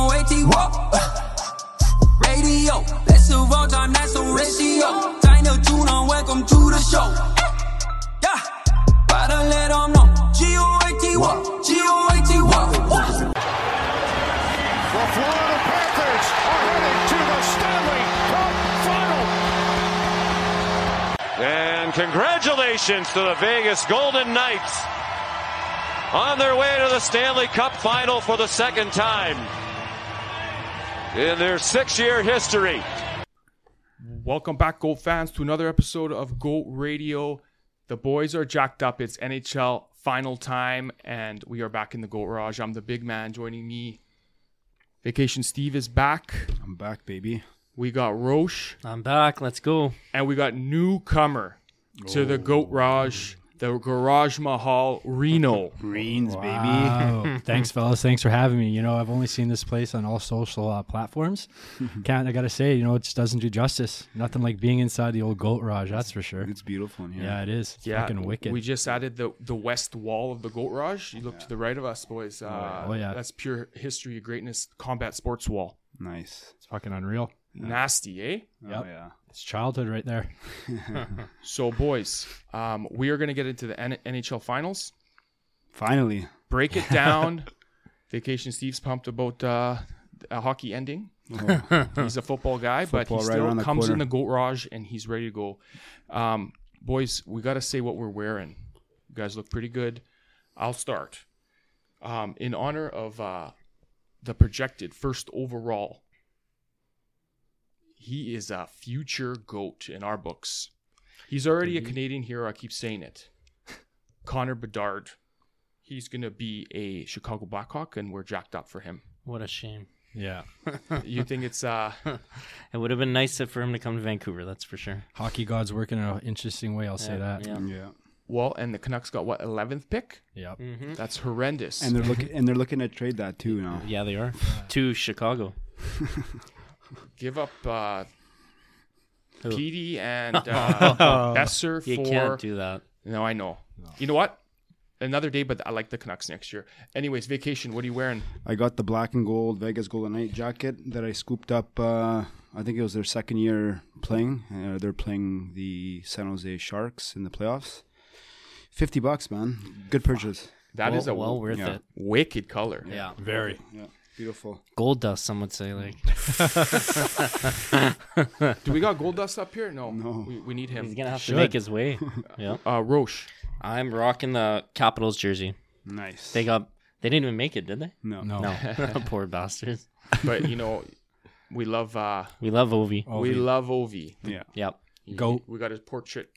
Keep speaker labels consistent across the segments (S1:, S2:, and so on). S1: Whoa. Radio, that's a wrong time, that's a ratio. Dino Juno, welcome to the show. Yeah, gotta let 'em know. G-O-A-T, what? G-O-A-T, what? What?
S2: The Florida Panthers are heading to the Stanley Cup Final.
S3: And congratulations to the Vegas Golden Knights on their way to the Stanley Cup final for the second time in their six year history.
S4: Welcome back, GOAT fans, to another episode of GOAT Radio. The boys are jacked up. It's NHL final time, and we are back in the GOAT Raj. I'm the big man joining me. Vacation Steve is back.
S5: I'm back, baby.
S4: We got Roche,
S6: I'm back. Let's go.
S4: and we got newcomer to the GOAT Raj, the Garage Mahal Reno.
S5: Greens,
S7: Wow. Oh, Thanks, fellas. Thanks for having me. You know, I've only seen this place on all social uh, platforms. Can't I gotta say, you know, it just doesn't do justice. Nothing like being inside the old goat garage. That's for sure.
S5: baby. It's beautiful in here.
S7: Yeah, it is. It's fucking wicked.
S4: We just added the the west wall of the Goat Raj. You look to the right of us, boys. Uh,
S7: Oh, yeah.
S4: That's pure history of greatness, combat sports wall.
S5: Nice.
S7: it's fucking unreal.
S4: Nasty, eh?
S7: Yep.
S5: Oh yeah.
S7: It's childhood right there.
S4: So, boys, um, we are going to get into the N- NHL finals.
S5: Finally.
S4: Break it down. Vacation Steve's pumped about uh, a hockey ending. he's a football guy,
S5: Football
S4: but he
S5: right
S4: still
S5: around the
S4: comes in
S5: corner.
S4: the goat garage and he's ready to go. Um, boys, we got to say what we're wearing. You guys look pretty good. I'll start. Um, in honor of uh, the projected first overall, he is a future goat in our books. He's already a
S5: Mm-hmm.
S4: Canadian hero. I keep saying it. Connor Bedard. He's going to be a Chicago Blackhawk, and we're jacked up for him.
S6: What a shame.
S7: Yeah.
S4: You think it's uh,
S6: It would have been nice if- for him to come to Vancouver. That's for sure.
S7: Hockey gods work in an interesting way, I'll say that.
S6: Yeah.
S5: Yeah.
S4: Well, and the Canucks got what eleventh pick?
S7: Yep.
S6: Mm-hmm.
S4: That's horrendous.
S5: And they're looking and they're looking to trade that too now.
S6: Yeah, they are to Chicago.
S4: give up uh,
S6: Who?
S4: Petey and uh, Besser
S6: Oh. You
S4: for.
S6: can't do that.
S4: No, I know. You know what? Another day, but I like the Canucks next year. Anyways, vacation. What are you wearing?
S5: I got the black and gold Vegas Golden Knight jacket that I scooped up. Uh, I think it was their second year playing. Uh, they're playing the San Jose Sharks in the playoffs. Fifty bucks, man. Good purchase.
S4: That
S6: well,
S4: is a
S6: well worth
S5: yeah.
S6: it.
S4: wicked color.
S6: Yeah.
S7: Very.
S5: Yeah. Beautiful.
S6: Gold dust, some would say. Like
S4: Do we got Gold Dust up here? No,
S5: No.
S4: We, we need
S6: he's
S4: him.
S6: gonna have
S7: Should.
S6: to make his way. yeah.
S4: Uh, Roche.
S6: I'm rocking the Capitals jersey.
S5: Nice.
S6: They got. They didn't even make it, did they?
S5: no.
S7: No.
S6: No. Poor bastards.
S4: But you know, we love uh,
S6: We love Ovi.
S4: we
S7: Ovi.
S4: love Ovi.
S5: Yeah.
S6: Yep.
S7: Goat.
S4: We got his portrait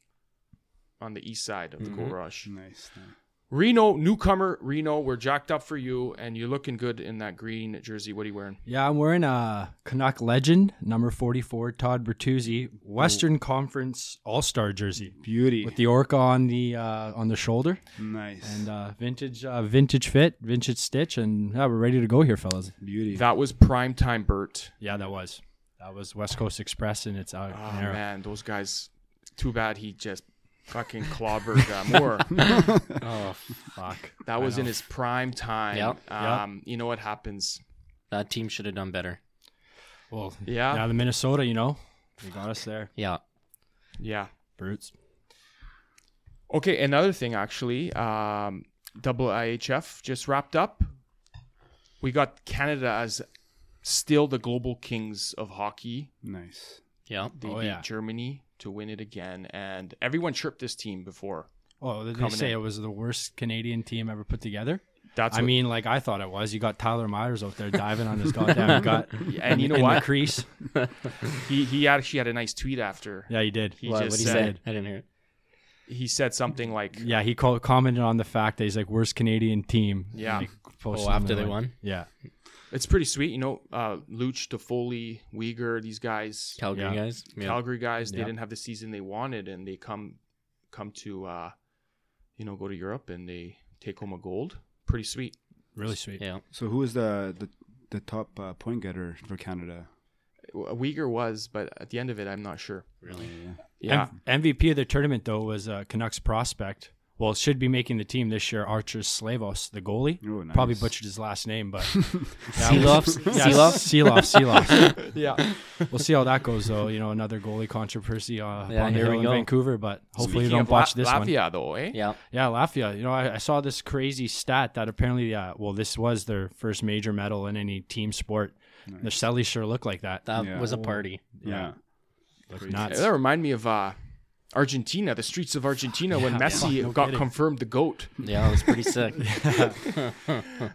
S4: on the east side of the garage.
S5: Nice. nice.
S4: Reno, newcomer Reno, we're jacked up for you, and you're looking good in that green jersey. What are you wearing?
S7: Yeah, I'm wearing a Canuck legend, number 44, Todd Bertuzzi, Western Conference All Star jersey
S5: Beauty.
S7: with the orca on the uh, on the shoulder
S5: nice.
S7: and uh, vintage uh, vintage fit, vintage stitch, and yeah, we're ready to go here, fellas.
S5: Beauty.
S4: That was prime time, Bert.
S7: Yeah, that was that was West Coast Express and its uh, out.
S4: Oh man, those guys. Too bad he just fucking clobbered uh, Moore.
S7: Oh fuck!
S4: That was in his prime time.
S6: Yep, yep.
S4: Um, You know what happens?
S6: That team should have done better.
S7: Well,
S4: Yeah.
S7: Now the Minnesota, you know, they got us there,
S6: Yeah.
S4: Yeah.
S7: brutes.
S4: Okay. Another thing, actually, um, IHF just wrapped up. We got Canada as still the global kings of hockey.
S5: nice.
S6: Yeah.
S4: They
S7: Oh,
S4: beat
S7: yeah.
S4: Germany to win it again, and everyone chirped this team before.
S7: Oh, did they
S4: Coming
S7: say
S4: in.
S7: it was the worst Canadian team ever put together?
S4: That's
S7: I
S4: what-
S7: mean, like I thought it was. You got Tyler Myers out there diving on his goddamn gut,
S4: and you know
S7: in the
S4: what?
S7: crease.
S4: He he actually had a nice tweet after.
S7: Yeah, he did.
S4: He
S6: What,
S4: just
S6: what he
S4: said,
S6: said? I didn't hear it.
S4: he said something like,
S7: Yeah, he co- commented on the fact that he's like worst Canadian team.
S4: "Yeah,
S7: Posted
S6: Oh, after
S7: them,
S6: they
S7: like-
S6: won?
S7: Yeah,
S4: it's pretty sweet." You know, uh, Luch, Toffoli, Uyghur, these guys,
S6: Calgary
S7: Yeah.
S6: guys. Yeah.
S4: Calgary guys, they
S7: Yeah.
S4: didn't have the season they wanted, and they come come to uh, you know go to Europe and they take home a gold. Pretty sweet.
S7: really sweet.
S6: yeah.
S5: So who is the the, the top uh, point getter for Canada?
S4: Uyghur was, but at the end of it, I'm not sure.
S6: Really.
S4: Yeah,
S7: M- MVP of the tournament though was uh, Canucks prospect well, should be making the team this year. Archer Slavos, the goalie,
S5: Ooh, nice.
S7: probably butchered his last name, but
S6: Seeloffs? Seeloffs?
S7: Seeloff, Seeloff.
S4: Yeah.
S7: We'll see how that goes, though. You know, another goalie controversy uh,
S6: Yeah,
S7: on the
S6: here
S7: hill
S6: we
S7: in
S6: go.
S7: Vancouver, but
S4: Speaking
S7: hopefully you don't
S4: of La-
S7: botch this one.
S4: Latvia, though, eh?
S6: Yeah.
S7: Yeah, Lafayette. You know, I, I saw this crazy stat that apparently, uh, well, this was their first major medal in any team sport. The Sellies sure look like that.
S6: That
S5: Yeah.
S6: was a party.
S5: yeah.
S7: Look
S4: Yeah,
S7: nuts.
S4: That remind me of uh, Argentina, the streets of Argentina when Messi got confirmed the goat.
S6: Yeah, that was pretty sick.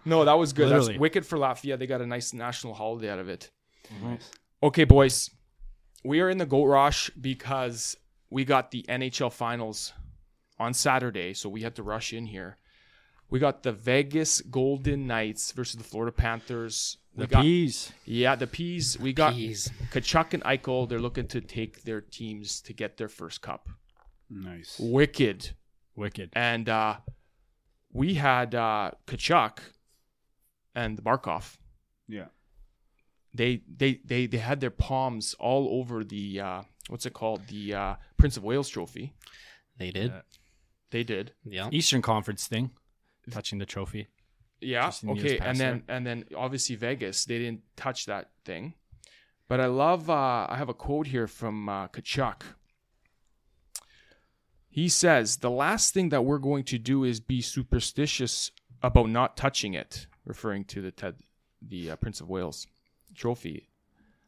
S4: No, that was good. That's
S7: Literally.
S4: wicked for Lafayette. They got a nice national holiday out of it. Okay, boys, we are in the goat rush because we got the NHL finals on Saturday, so we had to rush in here. We got the Vegas Golden Knights versus the Florida Panthers. We
S7: The
S4: got,
S7: peas.
S4: yeah, the Peas. We got
S6: Jeez.
S4: Kachuk and Eichel. They're looking to take their teams to get their first cup.
S5: Nice.
S4: Wicked.
S7: Wicked.
S4: and uh, we had uh, Kachuk and Barkov.
S5: Yeah.
S4: They they they they had their palms all over the uh, what's it called the uh, Prince of Wales Trophy.
S6: They did.
S4: They did.
S6: Yeah.
S7: Eastern Conference thing, touching the trophy.
S4: Yeah.
S7: Just in years
S4: Okay. And
S7: past
S4: then and then obviously Vegas they didn't touch that thing, but I love uh, I have a quote here from uh, Kachuk. He says the last thing that we're going to do is be superstitious about not touching it, referring to the Ted, the uh, Prince of Wales trophy.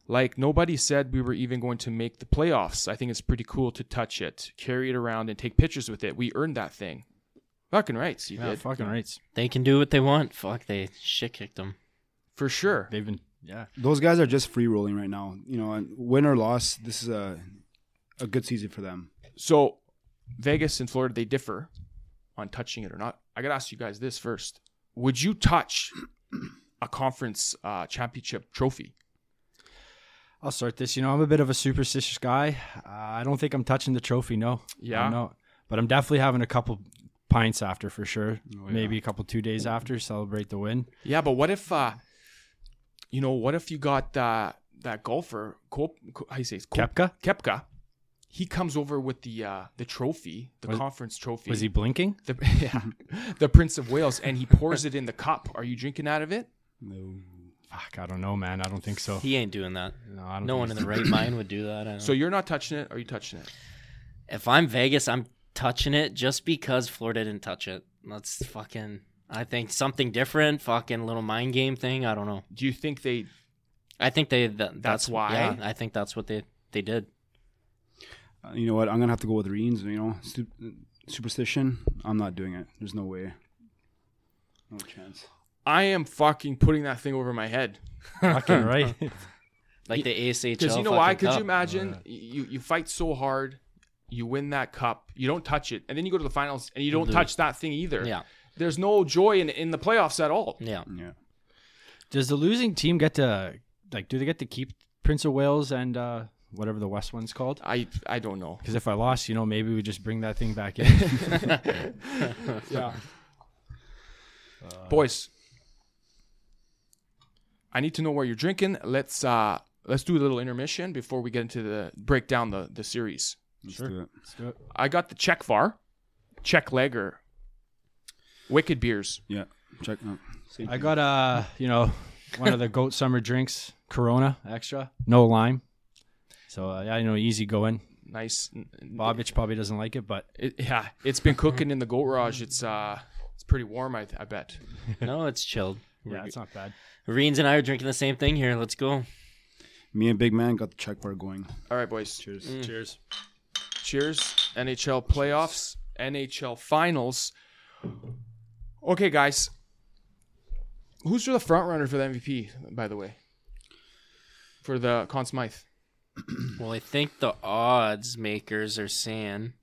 S4: Like nobody said we were even going to make the playoffs. I think it's pretty cool to touch it, carry it around, and take pictures with it. We earned that thing. Fucking right, you
S7: Yeah,
S4: did
S7: fucking rights.
S6: They can do what they want. Fuck, they shit kicked them.
S4: for sure.
S7: They've been, yeah.
S5: Those guys are just free rolling right now. You know, and win or loss, this is a a good season for them.
S4: So Vegas and Florida, they differ on touching it or not. I gotta ask you guys this first. Would you touch a conference uh, championship trophy?
S7: I'll start this. You know, I'm a bit of a superstitious guy. Uh, I don't think I'm touching the trophy. No.
S4: Yeah.
S7: No. But I'm definitely having a couple pints after for sure.
S4: Oh,
S7: Maybe a couple two days after celebrate the win.
S4: Yeah, but what if uh, you know, what if you got uh, that golfer, Kop, Ko- how you say his
S7: Kepka?
S4: Kepka. He comes over with the uh, the trophy, the
S7: Was-
S4: conference trophy.
S7: Was he blinking?
S4: the, yeah, the Prince of Wales, and he pours it in the cup. Are you drinking out of it?
S7: Fuck, I don't know, man. I don't think so.
S6: He ain't doing that.
S7: No, I don't
S6: No
S7: think
S6: one in the right mind would do that. I don't.
S4: So you're not touching it. Are you touching it?
S6: if I'm Vegas, I'm touching it just because Florida didn't touch it. That's fucking. I think something different. Fucking little mind game thing. I don't know.
S4: Do you think they
S6: I think they. That, that's,
S4: why?
S6: Yeah, I think that's what they they did.
S5: Uh, you know what? I'm gonna have to go with Reens. You know, Sup- superstition. I'm not doing it. There's no way. No chance.
S4: I am fucking putting that thing over my head.
S7: Fucking right.
S6: Like the ASHL.
S4: Because you know why?
S6: fucking
S4: Could you
S6: cup.
S4: imagine? You you fight so hard, you win that cup, you don't touch it, and then you go to the finals and you don't touch that thing either.
S6: Yeah.
S4: There's no joy in in the playoffs at all.
S6: Yeah.
S5: Yeah.
S7: Does the losing team get to like? Do they get to keep Prince of Wales and uh, whatever the West one's called?
S4: I I don't know.
S7: Because if I lost, you know, maybe we just bring that thing back in.
S4: Yeah.
S6: Uh,
S4: Boys, I need to know where you're drinking. Let's uh let's do a little intermission before we get into the break down the the series.
S5: Let's do it.
S4: I got the Czech VAR, Czech Lager, Wicked Beers.
S5: Yeah. Check. No. Same
S7: I
S5: thing.
S7: got uh, you know, one of the goat summer drinks, Corona extra, no lime. So uh, yeah, you know, easy going.
S4: Nice.
S7: Bobich probably doesn't like it, but
S4: It, yeah, it's been cooking in the garage. It's uh, it's pretty warm. I, I bet.
S6: No, it's chilled.
S7: yeah, it's not bad.
S6: Reens and I are drinking the same thing here. Let's go.
S5: Me and Big Man got the check bar going.
S4: All right, boys. Cheers.
S7: Cheers.
S4: Cheers. NHL playoffs. NHL finals. Okay, guys. Who's the front runner for the MVP? By the way, for the Conn Smythe.
S6: Well, I think the odds makers are saying,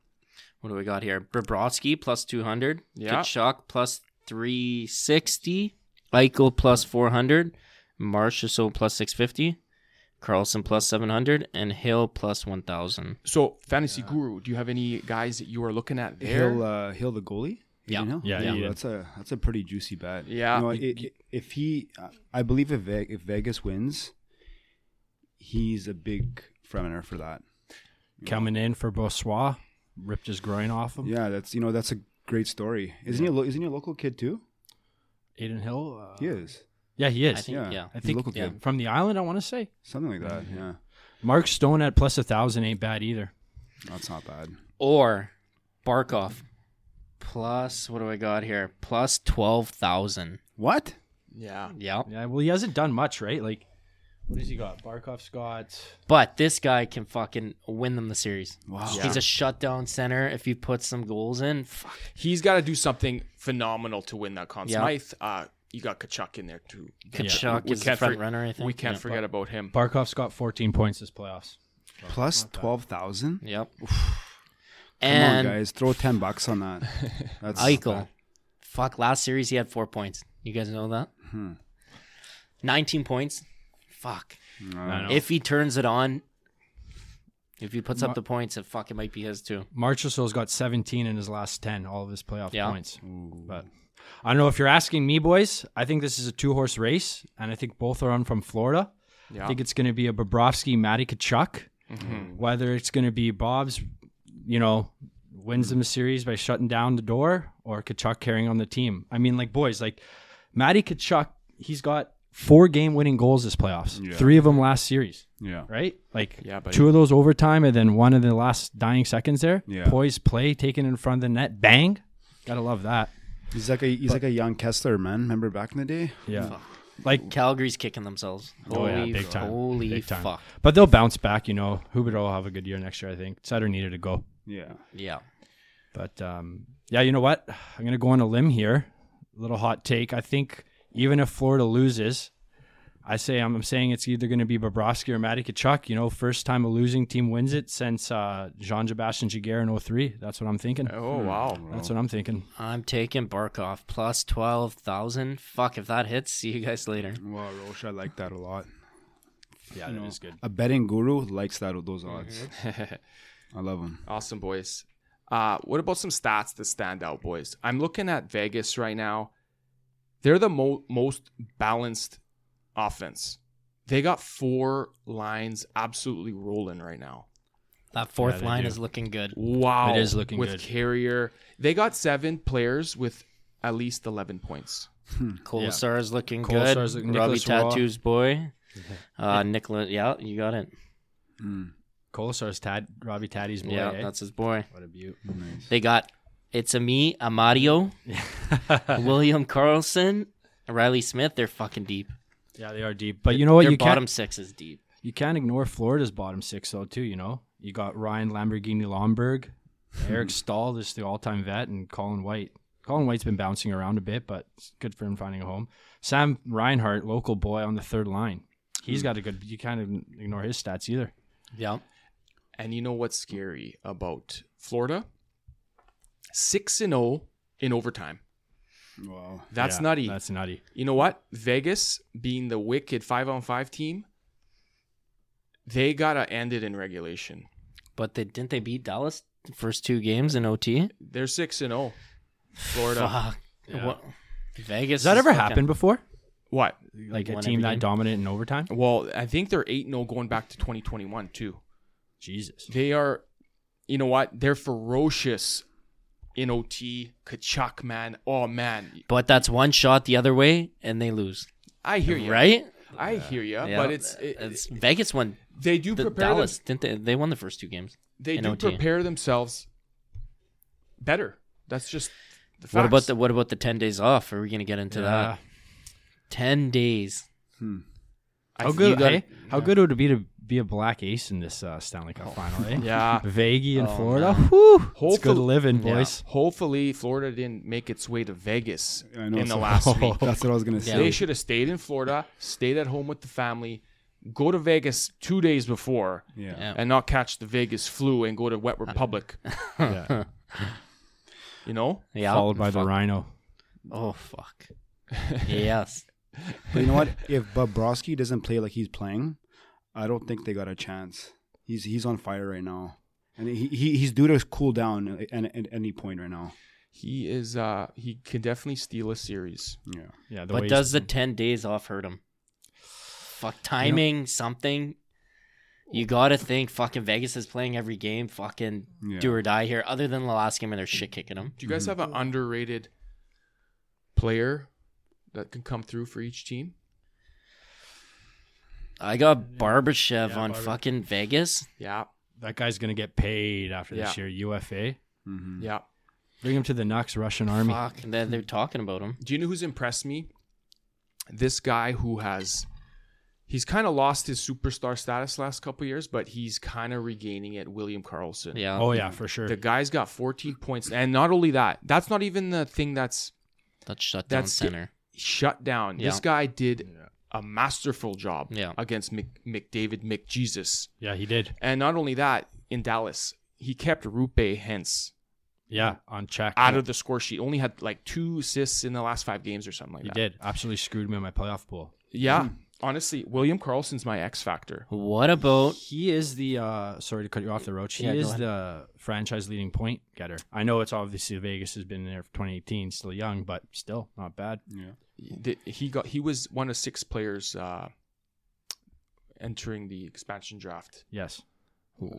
S6: what do we got here? Bobrovsky plus 200.
S4: Yeah.
S6: Kachuk plus 360. Eichel plus 400. Marchessault plus 650. Carlson plus 700. And Hill plus 1,000.
S4: So, fantasy guru, do you have any guys that you are looking at there?
S5: Hill, uh, Hill, the goalie.
S6: Yeah.
S5: Aiden Hill?
S7: Yeah,
S5: Ooh,
S7: Aiden.
S5: that's a that's a pretty juicy bet.
S4: Yeah.
S5: you know, i- i- if he, I believe if Ve- if Vegas wins, he's a big frontrunner for that.
S7: Coming in for Bossois, ripped his groin off him.
S5: Yeah, that's you know that's a great story. Isn't he? A lo- isn't he a local kid too?
S7: Aiden Hill. Uh,
S5: He is.
S7: Yeah, he is.
S6: I think-
S5: Yeah,
S6: yeah.
S5: he's
S7: I
S5: a
S7: think Mm-hmm.
S5: local
S6: yeah.
S5: kid,
S7: from the island. I want to say
S5: something like that. Yeah,
S7: Mark Stone at plus a thousand ain't bad either.
S5: that's not bad.
S6: Or Barkov. Plus, what do I got here? Plus 12,000.
S5: What?
S4: Yeah.
S6: Yep.
S7: Yeah, well, he hasn't done much, right? Like, what has he got? Barkov's got.
S6: But this guy can fucking win them the series.
S5: Wow.
S6: He's a shutdown center. If you put some goals in, fuck.
S4: He's got to do something phenomenal to win that Conn
S6: Yeah.
S4: Smythe. Uh, you got Kachuk in there too.
S6: Kachuk is the
S4: can't
S6: front
S4: for-
S6: runner, I think.
S4: We can't
S6: Yeah.
S4: forget about him.
S7: Barkov's got 14 points this playoffs.
S5: Plus twelve thousand.
S6: Yep.
S5: Come on,
S6: and
S5: guys, throw ten bucks on that. That's not
S6: Eichel.
S5: bad.
S6: Fuck, last series he had four points. You guys know that? 19 points. Fuck.
S7: I know.
S6: If he turns it on, if he puts up the points, it fuck, it might be his too.
S7: Marchisol's got 17 in his last 10, all of his playoff
S6: Yeah.
S7: points. But I don't know if you're asking me, boys. I think this is a two horse race, and I think both are on from Florida. I think it's going to be a Bobrovsky, Matty Kachuk. Whether it's going to be Bob's, you know, wins them the series by shutting down the door or Kachuk carrying on the team. I mean, like, boys, like Matty Kachuk, he's got four game winning goals this playoffs, three of them last series
S5: Yeah.
S7: right? Like
S4: Yeah, buddy.
S7: two of those overtime and then one in the last dying seconds there.
S5: Yeah.
S7: Poise play taken in front of the net. Bang. Gotta love that.
S5: He's like a he's like a young Kessler man. Remember back in the day?
S7: Yeah. Like
S6: Calgary's kicking themselves.
S7: Oh,
S6: Holy,
S7: yeah, big time.
S6: Holy
S7: Big time.
S6: fuck.
S7: but they'll bounce back, you know. Huberto will have a good year next year, I think. Sutter needed to go.
S5: Yeah.
S6: Yeah.
S7: But um, yeah, you know what? I'm gonna go on a limb here. little hot take. I think even if Florida loses, I say I'm, I'm saying it's either gonna be Bobrovsky or Matty Kachuk. You know, first time a losing team wins it since uh, Jean Sebastian Jaguar in 03. That's what I'm thinking.
S4: Oh wow.
S7: That's what I'm thinking.
S6: I'm taking Barkov plus 12,000. Fuck, if that hits, see you guys later.
S5: Wow, Roche, I like that a lot.
S7: Yeah, that is good.
S5: A betting guru likes that those odds. I love him.
S4: Awesome, boys. Uh, what about some stats that stand out, boys? I'm looking at Vegas right now. They're the mo- most balanced offense. They got four lines absolutely rolling right now.
S6: That fourth
S7: they
S6: line
S7: do.
S6: is looking good.
S4: Wow.
S7: It is looking
S4: with
S7: good.
S4: Carrier. They got seven players with at least 11 points.
S6: Kolasar is looking good.
S7: Kolasar's looking-
S6: Robbie
S7: Nicholas Roy.
S6: Tattoo's boy. Uh, Nicholas, yeah, you got it.
S7: Colasar's Tad Robbie Taddy's boy.
S6: yeah,
S7: eh?
S6: that's his boy.
S7: what a beaut.
S6: They got it's a me, a Mario, William Carlson, Riley Smith. They're fucking deep.
S7: Yeah, they are deep. But you know what?
S6: Their
S7: You
S6: bottom
S7: can't
S6: six is deep.
S7: you can't ignore Florida's bottom six though too. You know, you got Ryan Lamborghini Lomberg, Eric Stahl, this the all time vet, and Colin White. Colin White's been bouncing around a bit, but it's good for him finding a home. Sam Reinhart, local boy on the third line. He's
S4: Hmm.
S7: got a good. You can't ignore his stats either.
S6: Yeah,
S4: And you know what's scary about Florida? 6 and 0 in overtime.
S5: Wow.
S4: That's
S7: Yeah,
S4: nutty.
S7: That's nutty.
S4: you know what? Vegas, being the wicked five on five team, they gotta end it in regulation.
S6: but they didn't they beat Dallas the first two games in OT.
S4: They're six and zero. Florida,
S6: Fuck. What- Vegas.
S7: Ah, Has that
S6: is
S7: ever
S6: fucking-
S7: happened before?
S4: what?
S7: Like a
S6: won
S7: team
S6: every
S7: that
S6: game?
S7: dominant in overtime?
S4: Well, I think they're eight and zero going back to twenty twenty one too.
S7: Jesus.
S4: They are, you know what? They're ferocious in OT. Kachuk, man. Oh man,
S6: But that's one shot the other way, and they lose.
S4: I hear you.
S6: Right?
S4: I hear you.
S6: Yeah.
S4: But it's, it,
S6: it's Vegas won.
S4: they do
S6: The
S4: prepare them,
S6: Dallas didn't they? They won the first two games.
S4: They
S6: in
S4: do
S6: OT.
S4: prepare themselves better. That's just the facts.
S6: What about the what about the ten days off? Are we gonna get
S7: Uh,
S6: into that? Ten days.
S4: I
S7: How
S4: think you
S7: Oh, good?
S4: gotta-
S7: hey, how good would it be to be a black ace in this uh, Stanley Cup final? Eh?
S4: Oh. Yeah. Oh,
S7: Vegas in Florida. Whew, it's good
S4: Hopefully-
S7: living, boys.
S4: Hopefully, Florida didn't make its way to Vegas
S5: I
S4: in
S5: know
S4: the
S5: so-
S4: last week.
S5: That's what I was gonna say.
S4: They should have stayed in Florida, stayed at home with the family, go to Vegas two days before,
S5: Yeah.
S6: Yeah.
S4: and not catch the Vegas flu and go to Wet Republic. You know,
S6: Yeah.
S7: Followed by the Rhino.
S6: Oh fuck. yes.
S5: But you know what? If Bobrovsky doesn't play like he's playing, I don't think they got a chance. He's he's on fire right now, and he, he he's due to cool down at, at, at any point right now.
S4: he is. uh He can definitely steal a series.
S5: Yeah.
S7: Yeah, the
S6: But
S7: way
S6: does the ten days off hurt him? Fuck timing, something. You got to think fucking Vegas is playing every game, fucking
S5: Yeah.
S6: do or die here, other than the last game where they're shit kicking
S4: Do
S6: them.
S4: you
S5: Mm-hmm.
S4: guys have an underrated player that can come through for each team?
S6: I got Barbashev
S7: Yeah,
S6: on
S7: Barba-
S6: fucking Vegas.
S4: Yeah,
S7: That guy's gonna get paid after this
S4: Yeah.
S7: year. UFA.
S5: hmm
S4: yeah.
S7: Bring him to the Nux Russian army.
S6: Fuck, they're, they're talking about him.
S4: Do you know who's impressed me? This guy who has he's kind of lost his superstar status last couple years, but he's kind of regaining it. William Carlson.
S6: Yeah.
S7: Oh yeah, for sure.
S4: The guy's got 14 points, and not only that, that's not even the thing that's
S6: That shutdown
S4: That's-
S6: center.
S4: shut down. This
S6: Yeah.
S4: guy did a masterful job
S6: Yeah.
S4: against Mc, McDavid, McJesus,
S7: yeah, he did.
S4: and not only that, in Dallas, he kept Rupe Hence
S7: Yeah, on check.
S4: out of the score sheet. Only had like two assists in the last five games or something like
S7: he
S4: that.
S7: did. Absolutely screwed me in my playoff pool.
S6: Hmm.
S4: Yeah, honestly, William Carlson's my X factor.
S6: What about
S7: He is the uh sorry to cut you off the roach. He
S6: Yeah, go
S7: is
S6: ahead.
S7: the franchise leading point getter. I know it's obviously Vegas has been there for 2018, still young, but still not bad.
S4: The- He got he was one of six players uh, entering the expansion draft.
S7: Yes.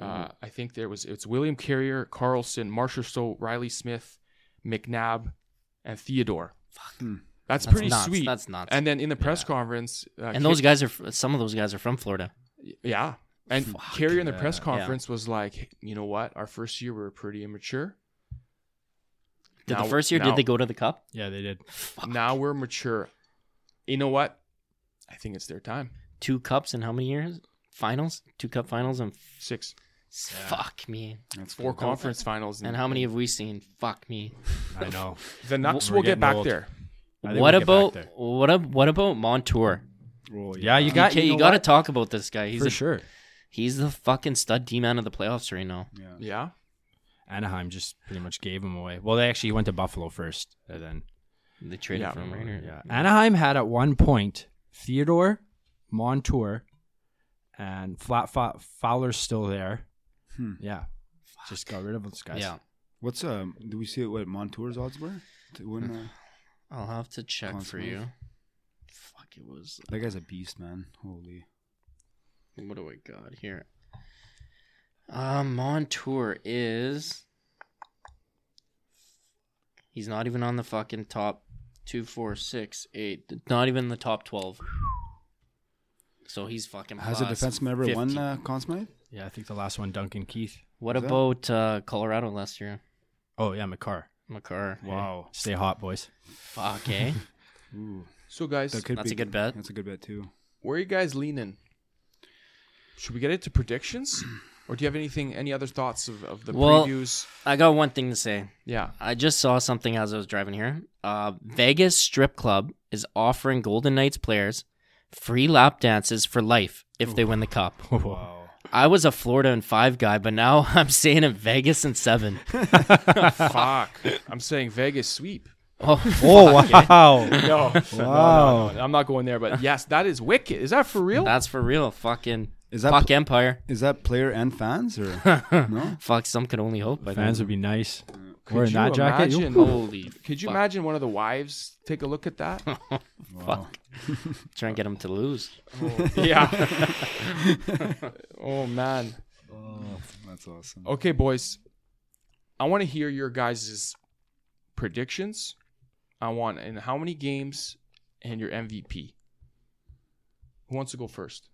S4: Uh, I think there was it's William Carrier, Carlson, Marshall So, Riley Smith, McNabb, and Theodore. That's,
S6: That's
S4: pretty
S6: nuts.
S4: sweet.
S6: That's nuts.
S4: And then in the press conference, uh,
S6: and those guys are f- some of those guys are from Florida.
S4: yeah. And Carrier in the press
S7: yeah.
S4: conference was like, you know what? Our first year we were pretty immature.
S6: Did
S4: Now-
S6: the first year
S4: now-
S6: did they go to the cup?
S7: Yeah, they did.
S4: Now we're mature. You know what? I think it's their time.
S6: Two cups in how many years? Finals? Two cup finals and f-
S4: Six,
S6: fuck me.
S5: That's
S4: four
S5: good.
S4: conference finals,
S6: And how many have we seen? Fuck me.
S7: I know.
S4: The Nucks
S7: We're
S4: will get
S7: getting
S4: back
S7: old.
S4: there.
S7: I think
S6: What
S7: we get back
S6: about
S7: there.
S6: what ab- what about Montour?
S5: Oh, yeah.
S7: Yeah, you got
S6: okay, you,
S7: know
S6: got to
S7: what?
S6: talk about this guy. He's
S7: for
S6: a,
S7: sure.
S6: he's the fucking stud D man of the playoffs right now.
S4: Yeah,
S7: Anaheim just pretty much gave him away. Well, they actually went to Buffalo first, and then
S6: They traded
S4: Yeah.
S6: for him, right? Or-
S7: yeah. Anaheim had at one point Theodore, Montour, and Flat Fo- Fowler's still there. Yeah, just got rid of those guys.
S6: Yeah.
S5: What's um? Do we see what Montour's odds were? To win, uh,
S6: I'll have to check
S5: Conn
S6: for
S5: Smythe.
S6: you. Fuck, it was.
S5: that guy's a beast, man. Holy.
S6: What do I got here? Uh, Montour is. He's not even on the fucking top two, four, six, eight. Not even the top 12. So he's fucking.
S5: Has a
S6: plus
S5: defenseman ever
S6: 50.
S5: won uh, Conn Smythe?
S7: yeah. I think the last one, Duncan Keith.
S6: What
S5: Is that-
S6: about uh, Colorado last year?
S7: Oh yeah, McCarr.
S6: McCarr.
S7: Wow. Stay hot, boys.
S6: Fuck, eh?
S5: Ooh,
S4: So guys,
S5: that could
S6: That's
S5: be,
S6: a good bet.
S5: That's a good bet too.
S4: Where are you guys leaning? Should we get into predictions? Or do you have anything, any other thoughts of, of the
S6: Well-
S4: previews?
S6: I got one thing to say.
S4: Yeah.
S6: I just saw something as I was driving here. Uh, Vegas Strip Club is offering Golden Knights players free lap dances for life if they win the cup.
S7: Wow.
S6: I was a Florida and five guy, but now I'm staying in Vegas and seven.
S4: Fuck. I'm saying Vegas sweep.
S6: Oh,
S7: Oh wow.
S4: No.
S7: Wow.
S4: I'm not going there, but yes, that is wicked. Is that for real?
S6: that's for real. Fucking
S5: Is that
S6: fuck
S5: pl-
S6: Empire.
S5: Is that player and fans or no?
S6: Fuck, some could only hope. I
S7: Fans
S6: think.
S7: would be nice.
S4: Could
S7: Wearing that
S4: you
S7: jacket. you-
S4: imagine-
S6: holy.
S4: Could you
S6: fuck.
S4: imagine one of the wives take a look at that?
S6: Try and get them to lose.
S4: yeah. oh, man.
S5: That's awesome.
S4: Okay, boys. I want to hear your guys' predictions. I want in how many games and your MVP. Who wants to go first?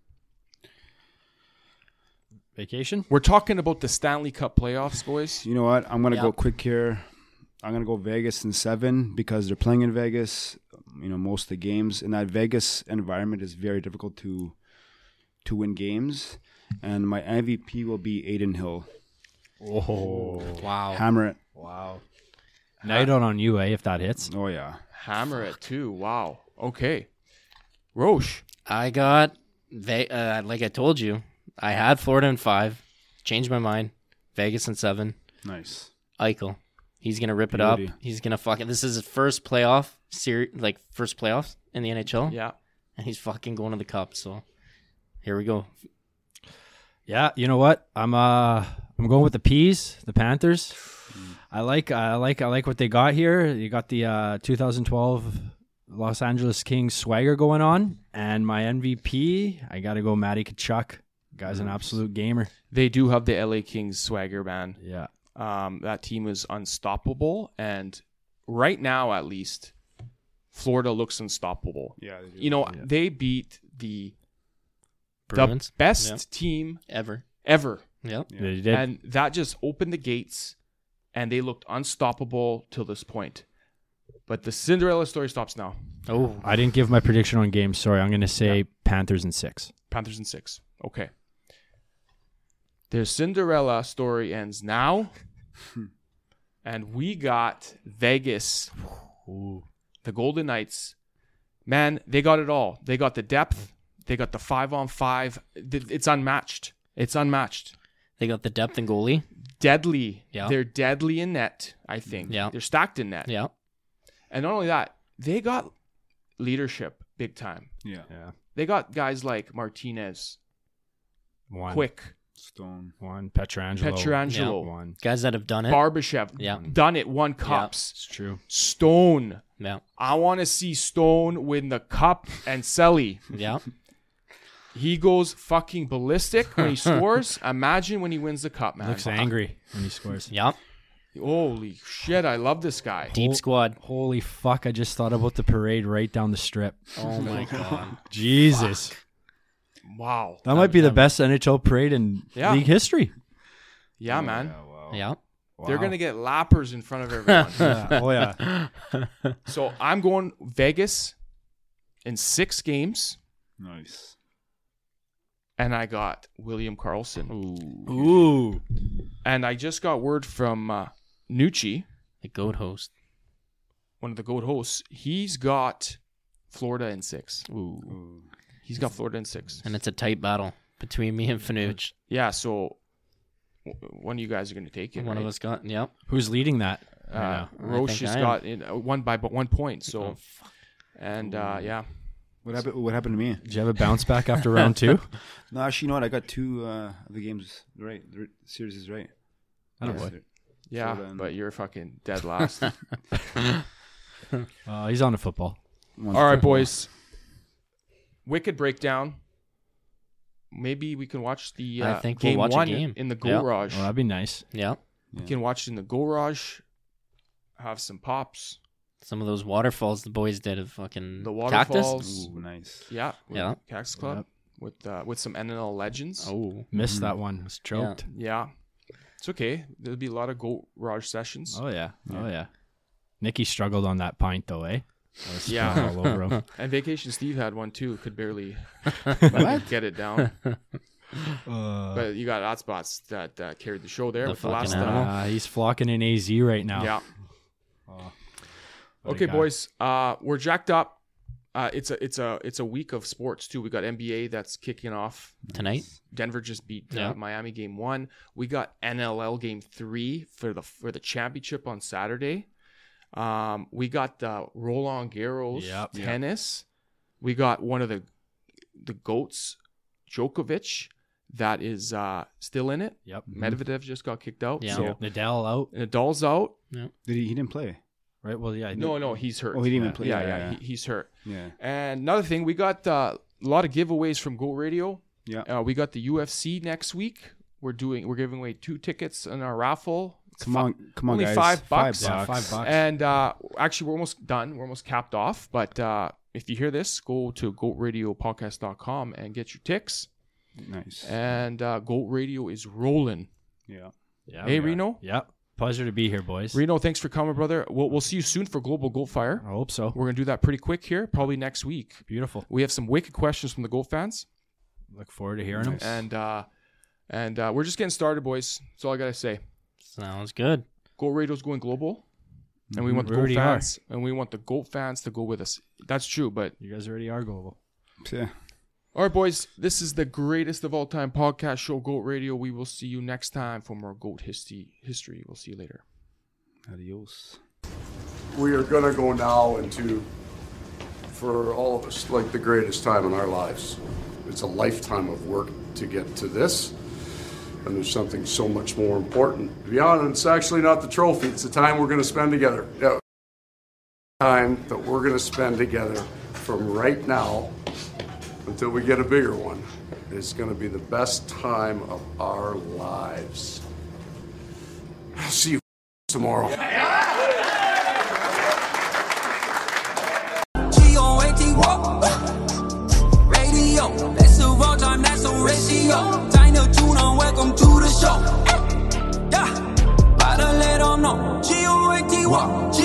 S7: Vacation.
S4: We're talking about the Stanley Cup playoffs, boys.
S5: You know what? I'm gonna
S6: Yeah.
S5: go quick here. I'm gonna go Vegas in seven because they're playing in Vegas. You know, most of the games in that Vegas environment is very difficult to to win games. And my MVP will be Aiden Hill.
S7: Oh
S6: Wow.
S5: Hammer it.
S7: wow. Night out on you, eh? If that hits.
S5: Oh yeah.
S4: Hammer it too. Wow. Okay. Roche.
S6: I got Ve- uh, like I told you, I had Florida in five, changed my mind. Vegas in seven.
S5: Nice.
S6: Eichel, he's gonna rip it
S5: Beauty.
S6: up. He's gonna fucking. This is his first playoff series, like first playoffs in the NHL,
S4: Yeah.
S6: and he's fucking going to the cup. So here we go.
S7: Yeah, you know what? I'm uh I'm going with the Peas, the Panthers. I like I like I like what they got here. You got the uh 2012 Los Angeles Kings swagger going on and my MVP, I got to go Matty Kachuk. Guy's an absolute gamer.
S4: They do have the LA Kings swagger, man.
S7: Yeah.
S4: Um, that team is unstoppable, and right now, at least, Florida looks unstoppable.
S5: Yeah,
S4: You know, they beat the
S6: Bruins
S4: the best
S6: Yeah.
S4: team
S6: ever.
S4: ever,
S6: Yep.
S7: They did.
S4: and that just opened the gates, and they looked unstoppable till this point. But the Cinderella story stops now.
S6: Oh,
S7: I didn't give my prediction on games. Sorry, I'm going to say Panthers in six.
S4: Panthers in six. Okay. Their Cinderella story ends now. and we got Vegas, the Golden Knights. Man, they got it all. They got the depth, they got the five on five. Th- It's unmatched. It's unmatched.
S6: they got the depth and goalie.
S4: Deadly.
S6: Yeah.
S4: They're deadly in net, I think.
S6: Yeah.
S4: They're stacked in net.
S6: Yeah.
S4: And not only that, they got leadership big time.
S5: Yeah.
S7: Yeah.
S4: They got guys like Martinez,
S7: One.
S4: Quick,
S5: Stone.
S7: One. Petrangelo.
S4: Petrangelo,
S7: One.
S6: Guys that have done it.
S4: Barbashev.
S6: Eh? Yeah.
S4: Done it. Won cups.
S7: It's true.
S4: Stone.
S6: yeah.
S4: I want to see Stone win the cup and Selly.
S6: Yeah.
S4: He goes fucking ballistic when he scores. Imagine when he wins the cup, man.
S7: Looks angry when he scores.
S6: Yeah.
S4: Holy shit, I love this guy.
S6: Deep squad.
S7: Holy fuck! I just thought about the parade right down the strip.
S6: Oh my god.
S7: Jesus,
S4: Wow.
S7: that might be the best NHL parade in
S4: Yeah.
S7: league history.
S4: Yeah,
S5: Oh,
S7: Oh
S4: man.
S6: Yeah.
S4: They're going to get lappers in front of everyone.
S7: Yeah. Oh yeah,
S4: so I'm going Vegas in six games,
S5: Nice.
S4: and I got William Carlson.
S7: ooh,
S4: And I just got word from uh, Nucci.
S6: The goat host.
S4: one of the goat hosts, he's got Florida in six.
S5: Ooh.
S4: He's got Florida in six.
S6: And it's a tight battle between me and Fanuch.
S4: Yeah, so w- one of you guys are going to take it.
S6: One of
S4: right?
S6: us got. Yep.
S7: who's leading that?
S4: Uh,
S6: I
S4: Roche
S6: think
S4: has
S6: I am.
S4: got in, uh, one by but one point. So,
S6: Oh,
S4: and uh, yeah,
S5: What happened? What happened to me?
S7: Did you have a bounce back after round two?
S5: No, actually, you know what? I got two uh, of the games right. The series is right.
S7: I don't know.
S4: yeah,
S5: Florida and-
S4: but you're fucking dead last.
S7: Uh, he's on to football.
S4: All right, boys. Wicked breakdown. Maybe we can watch the
S6: I
S4: uh,
S6: think we'll
S4: game
S6: watch a
S4: one
S6: game.
S4: in the
S6: Yeah.
S4: garage.
S7: Well, Oh, that'd be nice.
S6: Yeah.
S4: We can watch it in the garage. Have some pops.
S6: Some of those waterfalls the boys did of fucking
S4: The
S6: cactus.
S4: waterfalls.
S5: Ooh, nice.
S4: Yeah, with
S6: Yeah.
S4: Cax Club with uh, with some NNL legends.
S6: Oh.
S7: Missed that one. Was choked.
S4: Mm-hmm. Yeah, it's okay. There'll be a lot of Goat Raj sessions.
S7: Oh yeah. Oh yeah. Nikki struggled on that pint though, eh? That was
S4: Yeah.
S7: spilled all over him.
S4: And Vacation Steve had one too. Could barely fucking get it down. but you got Otspots that uh, carried the show there
S6: The
S4: with the last.
S6: fucking animal.
S4: Uh,
S7: Uh, he's flocking in AZ right now.
S4: yeah.
S7: What a
S4: okay,
S7: guy.
S4: boys. Uh, we're jacked up. Uh, it's a it's a it's a week of sports too. We got NBA that's kicking off.
S6: Tonight.
S4: Denver just beat uh,
S6: Yeah.
S4: Miami game one. We got NLL game three for the for the championship on Saturday. Um, we got the Roland Garros
S7: Yep.
S4: tennis. We got one of the the goats, Djokovic, that is uh, still in it.
S7: Yep.
S4: Medvedev just got kicked out.
S6: Yeah.
S4: So
S7: Nadal out.
S4: Nadal's out.
S5: Did he? He didn't play.
S7: Right. Well, yeah.
S4: No, no, he's hurt.
S5: Oh, he didn't even play.
S4: yeah, yeah,
S5: yeah,
S4: He, he's hurt.
S5: yeah.
S4: And another thing, we got uh, a lot of giveaways from Go Radio.
S5: Yeah.
S4: Uh, we got the UFC next week. We're doing we're giving away two tickets in our raffle. It's
S5: Come
S4: fi-
S5: on, come on,
S4: only
S5: guys.
S4: five bucks.
S7: Yeah, five bucks.
S4: And uh, actually, we're almost done. We're almost capped off. But uh, if you hear this, go to goatradiopodcast.com and get your ticks.
S5: Nice.
S4: And uh, Goat Radio is rolling.
S5: yeah.
S7: Yeah,
S4: Hey,
S7: we are.
S4: Reno?
S7: Yep. Pleasure to be here, boys.
S4: Reno, thanks for coming, brother. We'll, we'll see you soon for Global Goat Fire.
S7: I hope so.
S4: We're going to do that pretty quick here, probably next week.
S7: Beautiful.
S4: We have some wicked questions from the Goat fans.
S7: Look forward to hearing them.
S4: and uh and uh we're just getting started boys that's all i gotta say
S6: Sounds good.
S4: goat radio's going global and we want the
S7: Mm-hmm. We
S4: goat
S7: already are.
S4: fans and we want the goat fans to go with us that's true but
S7: You guys already are global.
S5: Yeah.
S4: all right boys this is the greatest of all time podcast show goat radio we will see you next time for more goat history history we'll see you later
S5: Adios.
S8: we are going to go now into, for all of us, like the greatest time in our lives. It's a lifetime of work to get to this, and there's something so much more important. To be honest, it's actually not the trophy, it's the time we're going to spend together. Yeah. Time that we're going to spend together from right now until we get a bigger one. It's going to be the best time of our lives. I'll see you tomorrow.
S1: G-O-A-T, whoa. Radio, that's the wrong time, that's the ratio. Dino Tuna, welcome to the show. Eh, Yeah, gotta let 'em know. G-O-A-T, whoa.